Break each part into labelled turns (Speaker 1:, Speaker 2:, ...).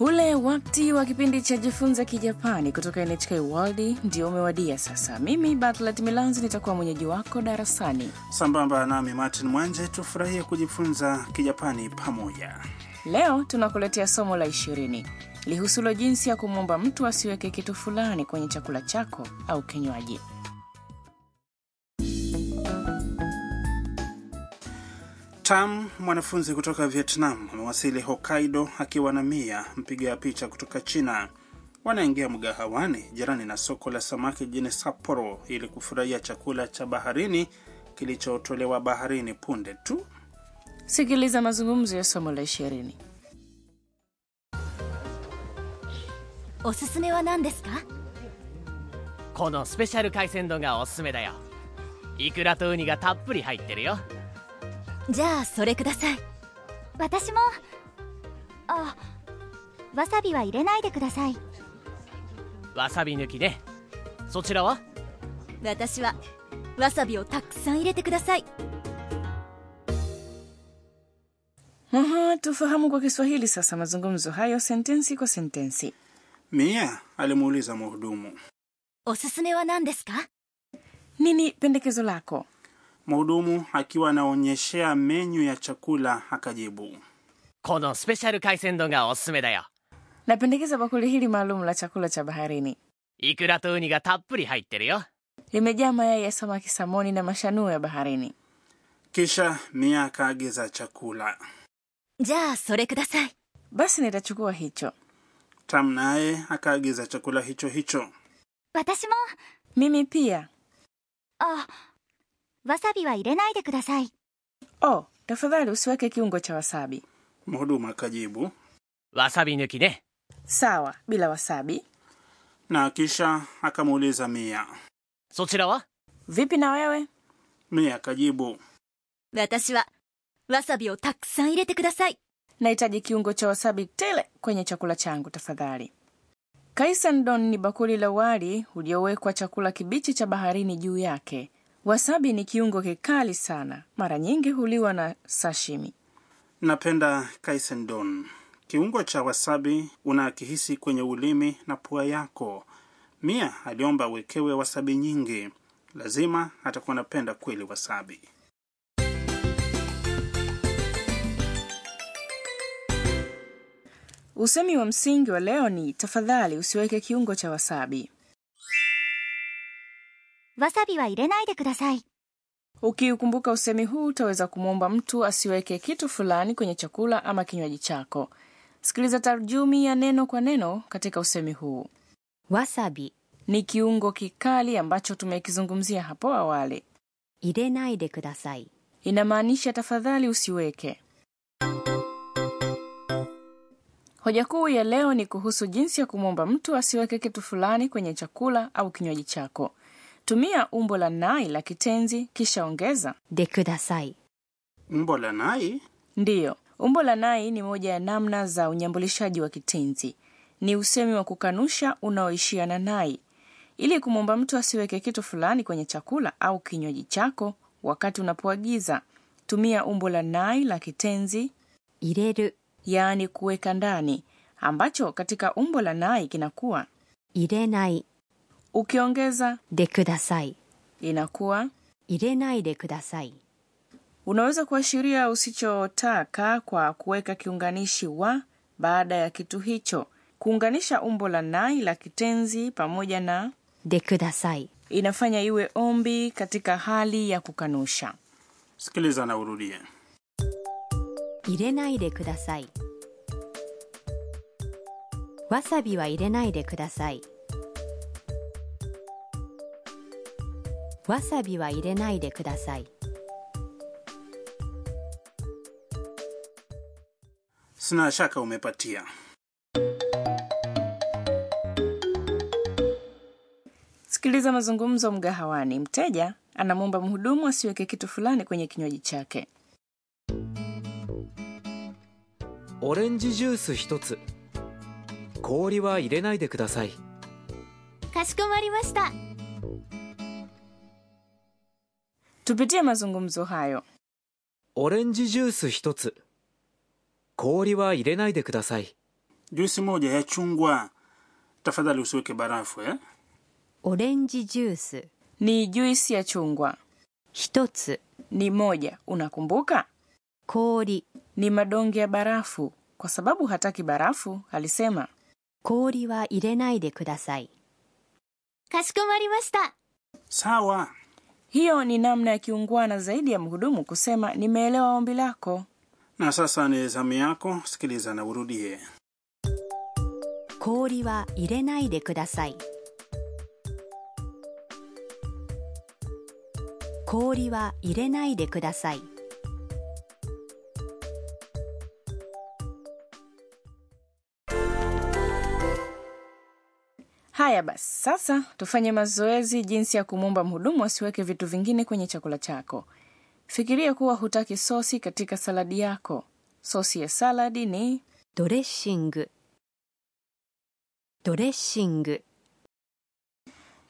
Speaker 1: Ule wakati wa kipindi cha jifunza kijapani kutoka NHK World ndio umewadia sasa. Mimi Batlet Milanzi nitakuwa mwenyeji wako darasani
Speaker 2: sambamba nami Martin Mwanje. Tufurahie kujifunza kijapani pamoja.
Speaker 1: Leo tunakuletea somo la ishirini lihusulo jinsi ya kumwomba mtu asiweke kitu fulani kwenye chakula chako au kinywaji.
Speaker 2: Tam, mwanafunzi kutoka Vietnam, amewasili Hokkaido akiwa na Mia, mpiga picha kutoka China. Wanaingia mgahawani jirani na soko la samaki jijini Sapporo ili kufurahia chakula cha baharini kilichotolewa baharini punde tu.
Speaker 1: Sikiliza mazungumzo ya somo la ishirini.
Speaker 3: おすすめは何ですか
Speaker 4: このスペシャル海鮮丼がおすすめだよイクラとウニがたっぷり入ってるよ
Speaker 3: じゃあそれください
Speaker 5: 私もあわさびは入れないでください
Speaker 4: わさび抜きねそちらは
Speaker 3: 私はわさびをたくさん入れてください
Speaker 1: Aha, tufahamu kwa Kiswahili sasa mazungumzo hayo sentensi kwa sentensi.
Speaker 2: Mia alimuuliza mhudumu.
Speaker 3: おすすめは何ですか
Speaker 1: Nini pendekezo lako?
Speaker 2: Mhudumu akiwa anaonyeshea menyu ya chakula akajibu,
Speaker 4: このスペシャル海鮮丼がおすすめだよ
Speaker 1: Napendekeza bakuli hili maalum la chakula cha baharini,
Speaker 4: イクラとウニがたっぷり入ってるよ
Speaker 1: limejaa mayai ya samaki, samoni na mashanuo ya baharini.
Speaker 2: kisha Mia akaagiza chakula.
Speaker 3: じゃあそれください
Speaker 1: Basi nitachukua hicho.
Speaker 2: Tam naye akaagiza chakula hicho hicho.
Speaker 5: 私も
Speaker 1: Mimi pia.
Speaker 5: あわさびは入れないでください
Speaker 1: Oh, tafadhali usiweke kiungo cha wasabi.
Speaker 2: Mhudumu akajibu
Speaker 4: わさび抜きね
Speaker 1: Sawa, bila wasabi.
Speaker 2: na kisha akamuuliza Mia.
Speaker 4: そちらは
Speaker 1: Vipi na wewe?
Speaker 2: Mia akajibu
Speaker 3: 私はわさびをたくさん入れてください
Speaker 1: Nahitaji kiungo cha wasabi tele kwenye chakula changu tafadhali. Kaisandon ni bakuli la wali uliowekwa chakula kibichi cha baharini juu yake. Wasabi ni kiungo kikali sana, mara nyingi huliwa na sashimi.
Speaker 2: Napenda kaisendon. Kiungo cha wasabi unakihisi kwenye ulimi na pua yako. Mia aliomba awekewe wasabi nyingi. Lazima atakuwa anapenda kweli wasabi.
Speaker 1: Usemi wa msingi wa leo ni tafadhali usiweke kiungo cha wasabi.
Speaker 5: わさびは入れないでください
Speaker 1: Ukiukumbuka usemi huu utaweza kumwomba mtu asiweke kitu fulani kwenye chakula ama kinywaji chako. Sikiliza tarjumi ya neno kwa neno katika usemi huu.
Speaker 3: わさび
Speaker 1: Ni kiungo kikali ambacho tumekizungumzia hapo awali.
Speaker 3: 入れないでください
Speaker 1: Inamaanisha tafadhali usiweke. Hoja kuu ya leo ni kuhusu jinsi ya kumwomba mtu asiweke kitu fulani kwenye chakula au kinywaji chako. Tumia umbo la nai la kitenzi kisha ongeza
Speaker 3: でください
Speaker 2: Umbo la nai
Speaker 1: Ndiyo, umbo la nai ni moja ya namna za unyambulishaji wa kitenzi. Ni usemi wa kukanusha unaoishia na nai. Ili kumwomba mtu asiweke kitu fulani kwenye chakula au kinywaji chako wakati unapoagiza, tumia umbo la nai la kitenzi,
Speaker 3: 入れる
Speaker 1: yaani kuweka ndani, ambacho katika umbo la nai kinakuwa.
Speaker 3: 入れない
Speaker 1: Ukiongeza
Speaker 3: でください
Speaker 1: inakuwa
Speaker 3: 入れないでください
Speaker 1: Unaweza kuashiria usichotaka kwa kuweka kiunganishi wa baada ya kitu hicho. Kuunganisha umbo la nai la kitenzi pamoja na
Speaker 3: でください
Speaker 1: inafanya iwe ombi katika hali ya kukanusha.
Speaker 2: sikiliza na urudie.
Speaker 3: 入れないでくださいわさびは入れないでくださいわさびは入れないでください
Speaker 2: Sina shaka umepatia.
Speaker 1: Sikiliza mazungumzo mgahawani. Mteja anamwomba mhudumu asiweke kitu fulani kwenye kinywaji chake.
Speaker 6: オレンジジュース一つ氷は入れないでください
Speaker 5: かしこまりました
Speaker 1: Tupitie mazungumzo hayo.
Speaker 6: オレンジジュース一つ氷は入れないでください
Speaker 2: juisi moja ya chungwa. Tafadhali usiweke barafu eh?
Speaker 3: オレンジジュース
Speaker 1: ni juisi ya chungwa
Speaker 3: 1つ
Speaker 1: ni moja unakumbuka
Speaker 3: 氷
Speaker 1: ni madonge ya barafu kwa sababu hataki barafu alisema
Speaker 3: 氷は入れないでください
Speaker 5: かしこまりました
Speaker 2: Sawa.
Speaker 1: hiyo ni namna ya kiungwana zaidi ya mhudumu kusema nimeelewa ombi lako
Speaker 2: Na sasa ni zamu yako, sikiliza na urudie.
Speaker 3: 氷は入れないでください氷は入れないでください
Speaker 1: haya basi sasa tufanye mazoezi jinsi ya kumwomba mhudumu asiweke vitu vingine kwenye chakula chako fikiria kuwa hutaki sosi katika saladi yako sosi ya saladi ni
Speaker 3: ドレッシングドレッシング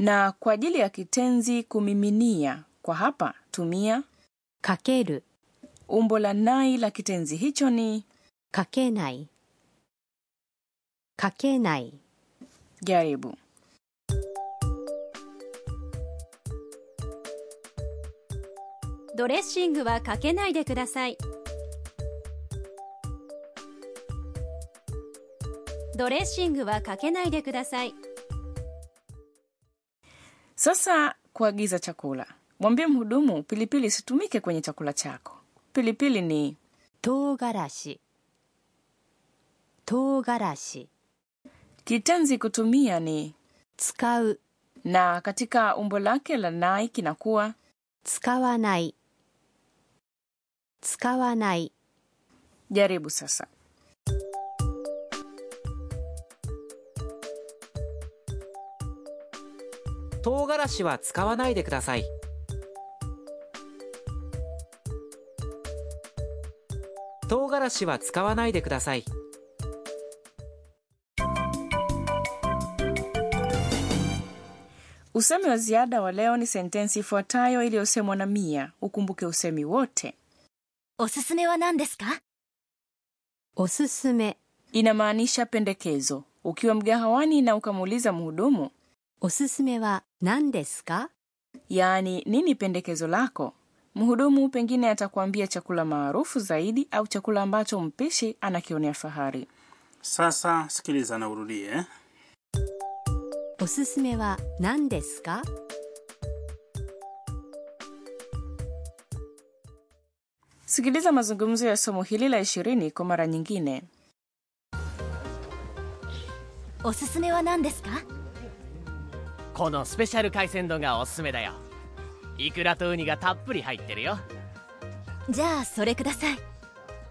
Speaker 1: na kwa ajili ya kitenzi kumiminia kwa hapa tumia
Speaker 3: かける
Speaker 1: umbo la nai la kitenzi hicho ni
Speaker 3: かけないかけない
Speaker 1: jaribu
Speaker 7: ドレッシングはかけないでくださいドレッシングはかけないでください
Speaker 1: sasa kuagiza chakula mwambie mhudumu pilipili isitumike kwenye chakula chako pilipili ni
Speaker 3: 唐辛子唐辛子
Speaker 1: kitenzi kutumia ni
Speaker 3: 使う
Speaker 1: na katika umbo lake la nai kinakuwa
Speaker 3: 使わない使わない
Speaker 1: jaribu sasa
Speaker 6: 唐辛子は使わないでください唐辛子は使わないでください
Speaker 1: usemi wa ziada wa leo ni sentensi ifuatayo iliyosemwa na mia ukumbuke usemi wote
Speaker 5: おすすめは何ですか
Speaker 3: おすすめ
Speaker 1: inamaanisha pendekezo ukiwa mgahawani na ukamuuliza mhudumu
Speaker 3: おすすめは何ですか
Speaker 1: yaani nini pendekezo lako mhudumu pengine atakuambia chakula maarufu zaidi au chakula ambacho mpishi anakionea fahari
Speaker 2: Sasa sikiliza na urudie.
Speaker 3: おすすめは何ですか
Speaker 1: sikiliza mazungumzo ya somo hili la ishirini kwa mara nyingine
Speaker 5: おすすめは何ですか
Speaker 4: このスペシャル海鮮丼がおすすめだよイクラとウニがたっぷり入ってるよ
Speaker 5: じゃあそれください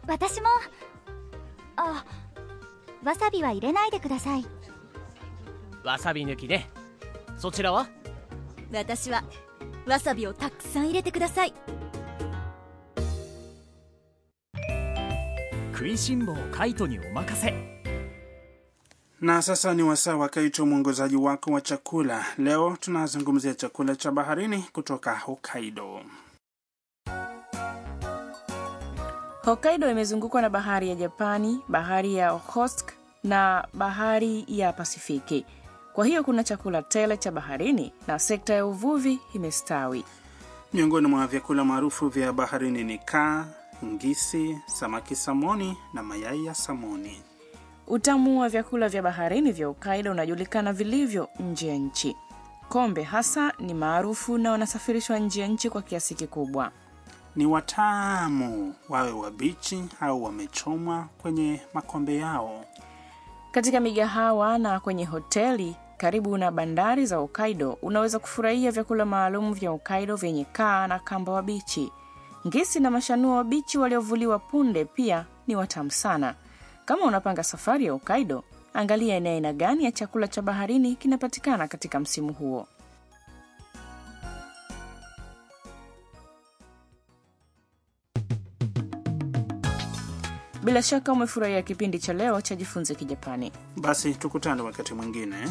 Speaker 5: 私もあわさびは入れないでください
Speaker 4: わさび抜きねそちらは
Speaker 5: 私はわさびをたくさん入れてください
Speaker 8: 食いしん坊カイトにお任せ
Speaker 2: Na sasa ni wasaa wa Kaito, mwongozaji wako wa chakula. Leo tunazungumzia chakula cha baharini kutoka Hokkaido.
Speaker 1: hokkaido imezungukwa na bahari ya japani bahari ya okhotsk na bahari ya pasifiki kwa hiyo kuna chakula tele cha baharini na sekta ya uvuvi imestawi
Speaker 2: Miongoni mwa vyakula maarufu vya baharini ni kaa, ngisi, samaki samoni na mayai ya samoni.
Speaker 1: Utamu wa vyakula vya baharini vya Hokkaido unajulikana vilivyo nje ya nchi. Kombe hasa ni maarufu na wanasafirishwa nje ya nchi kwa kiasi kikubwa.
Speaker 2: Ni watamu, wawe wabichi au wamechomwa kwenye makombe yao.
Speaker 1: Katika migahawa na kwenye hoteli karibu na bandari za Hokkaido unaweza kufurahia vyakula maalum vya Hokkaido vyenye kaa na kamba wabichi. Ngisi na mashanuo wabichi waliovuliwa punde pia ni watamu sana. Kama unapanga safari ya Hokkaido, angalia ni aina gani ya chakula cha baharini kinapatikana katika msimu huo. Bila shaka umefurahia kipindi cha leo cha Jifunze Kijapani.
Speaker 2: Basi tukutane wakati mwingine.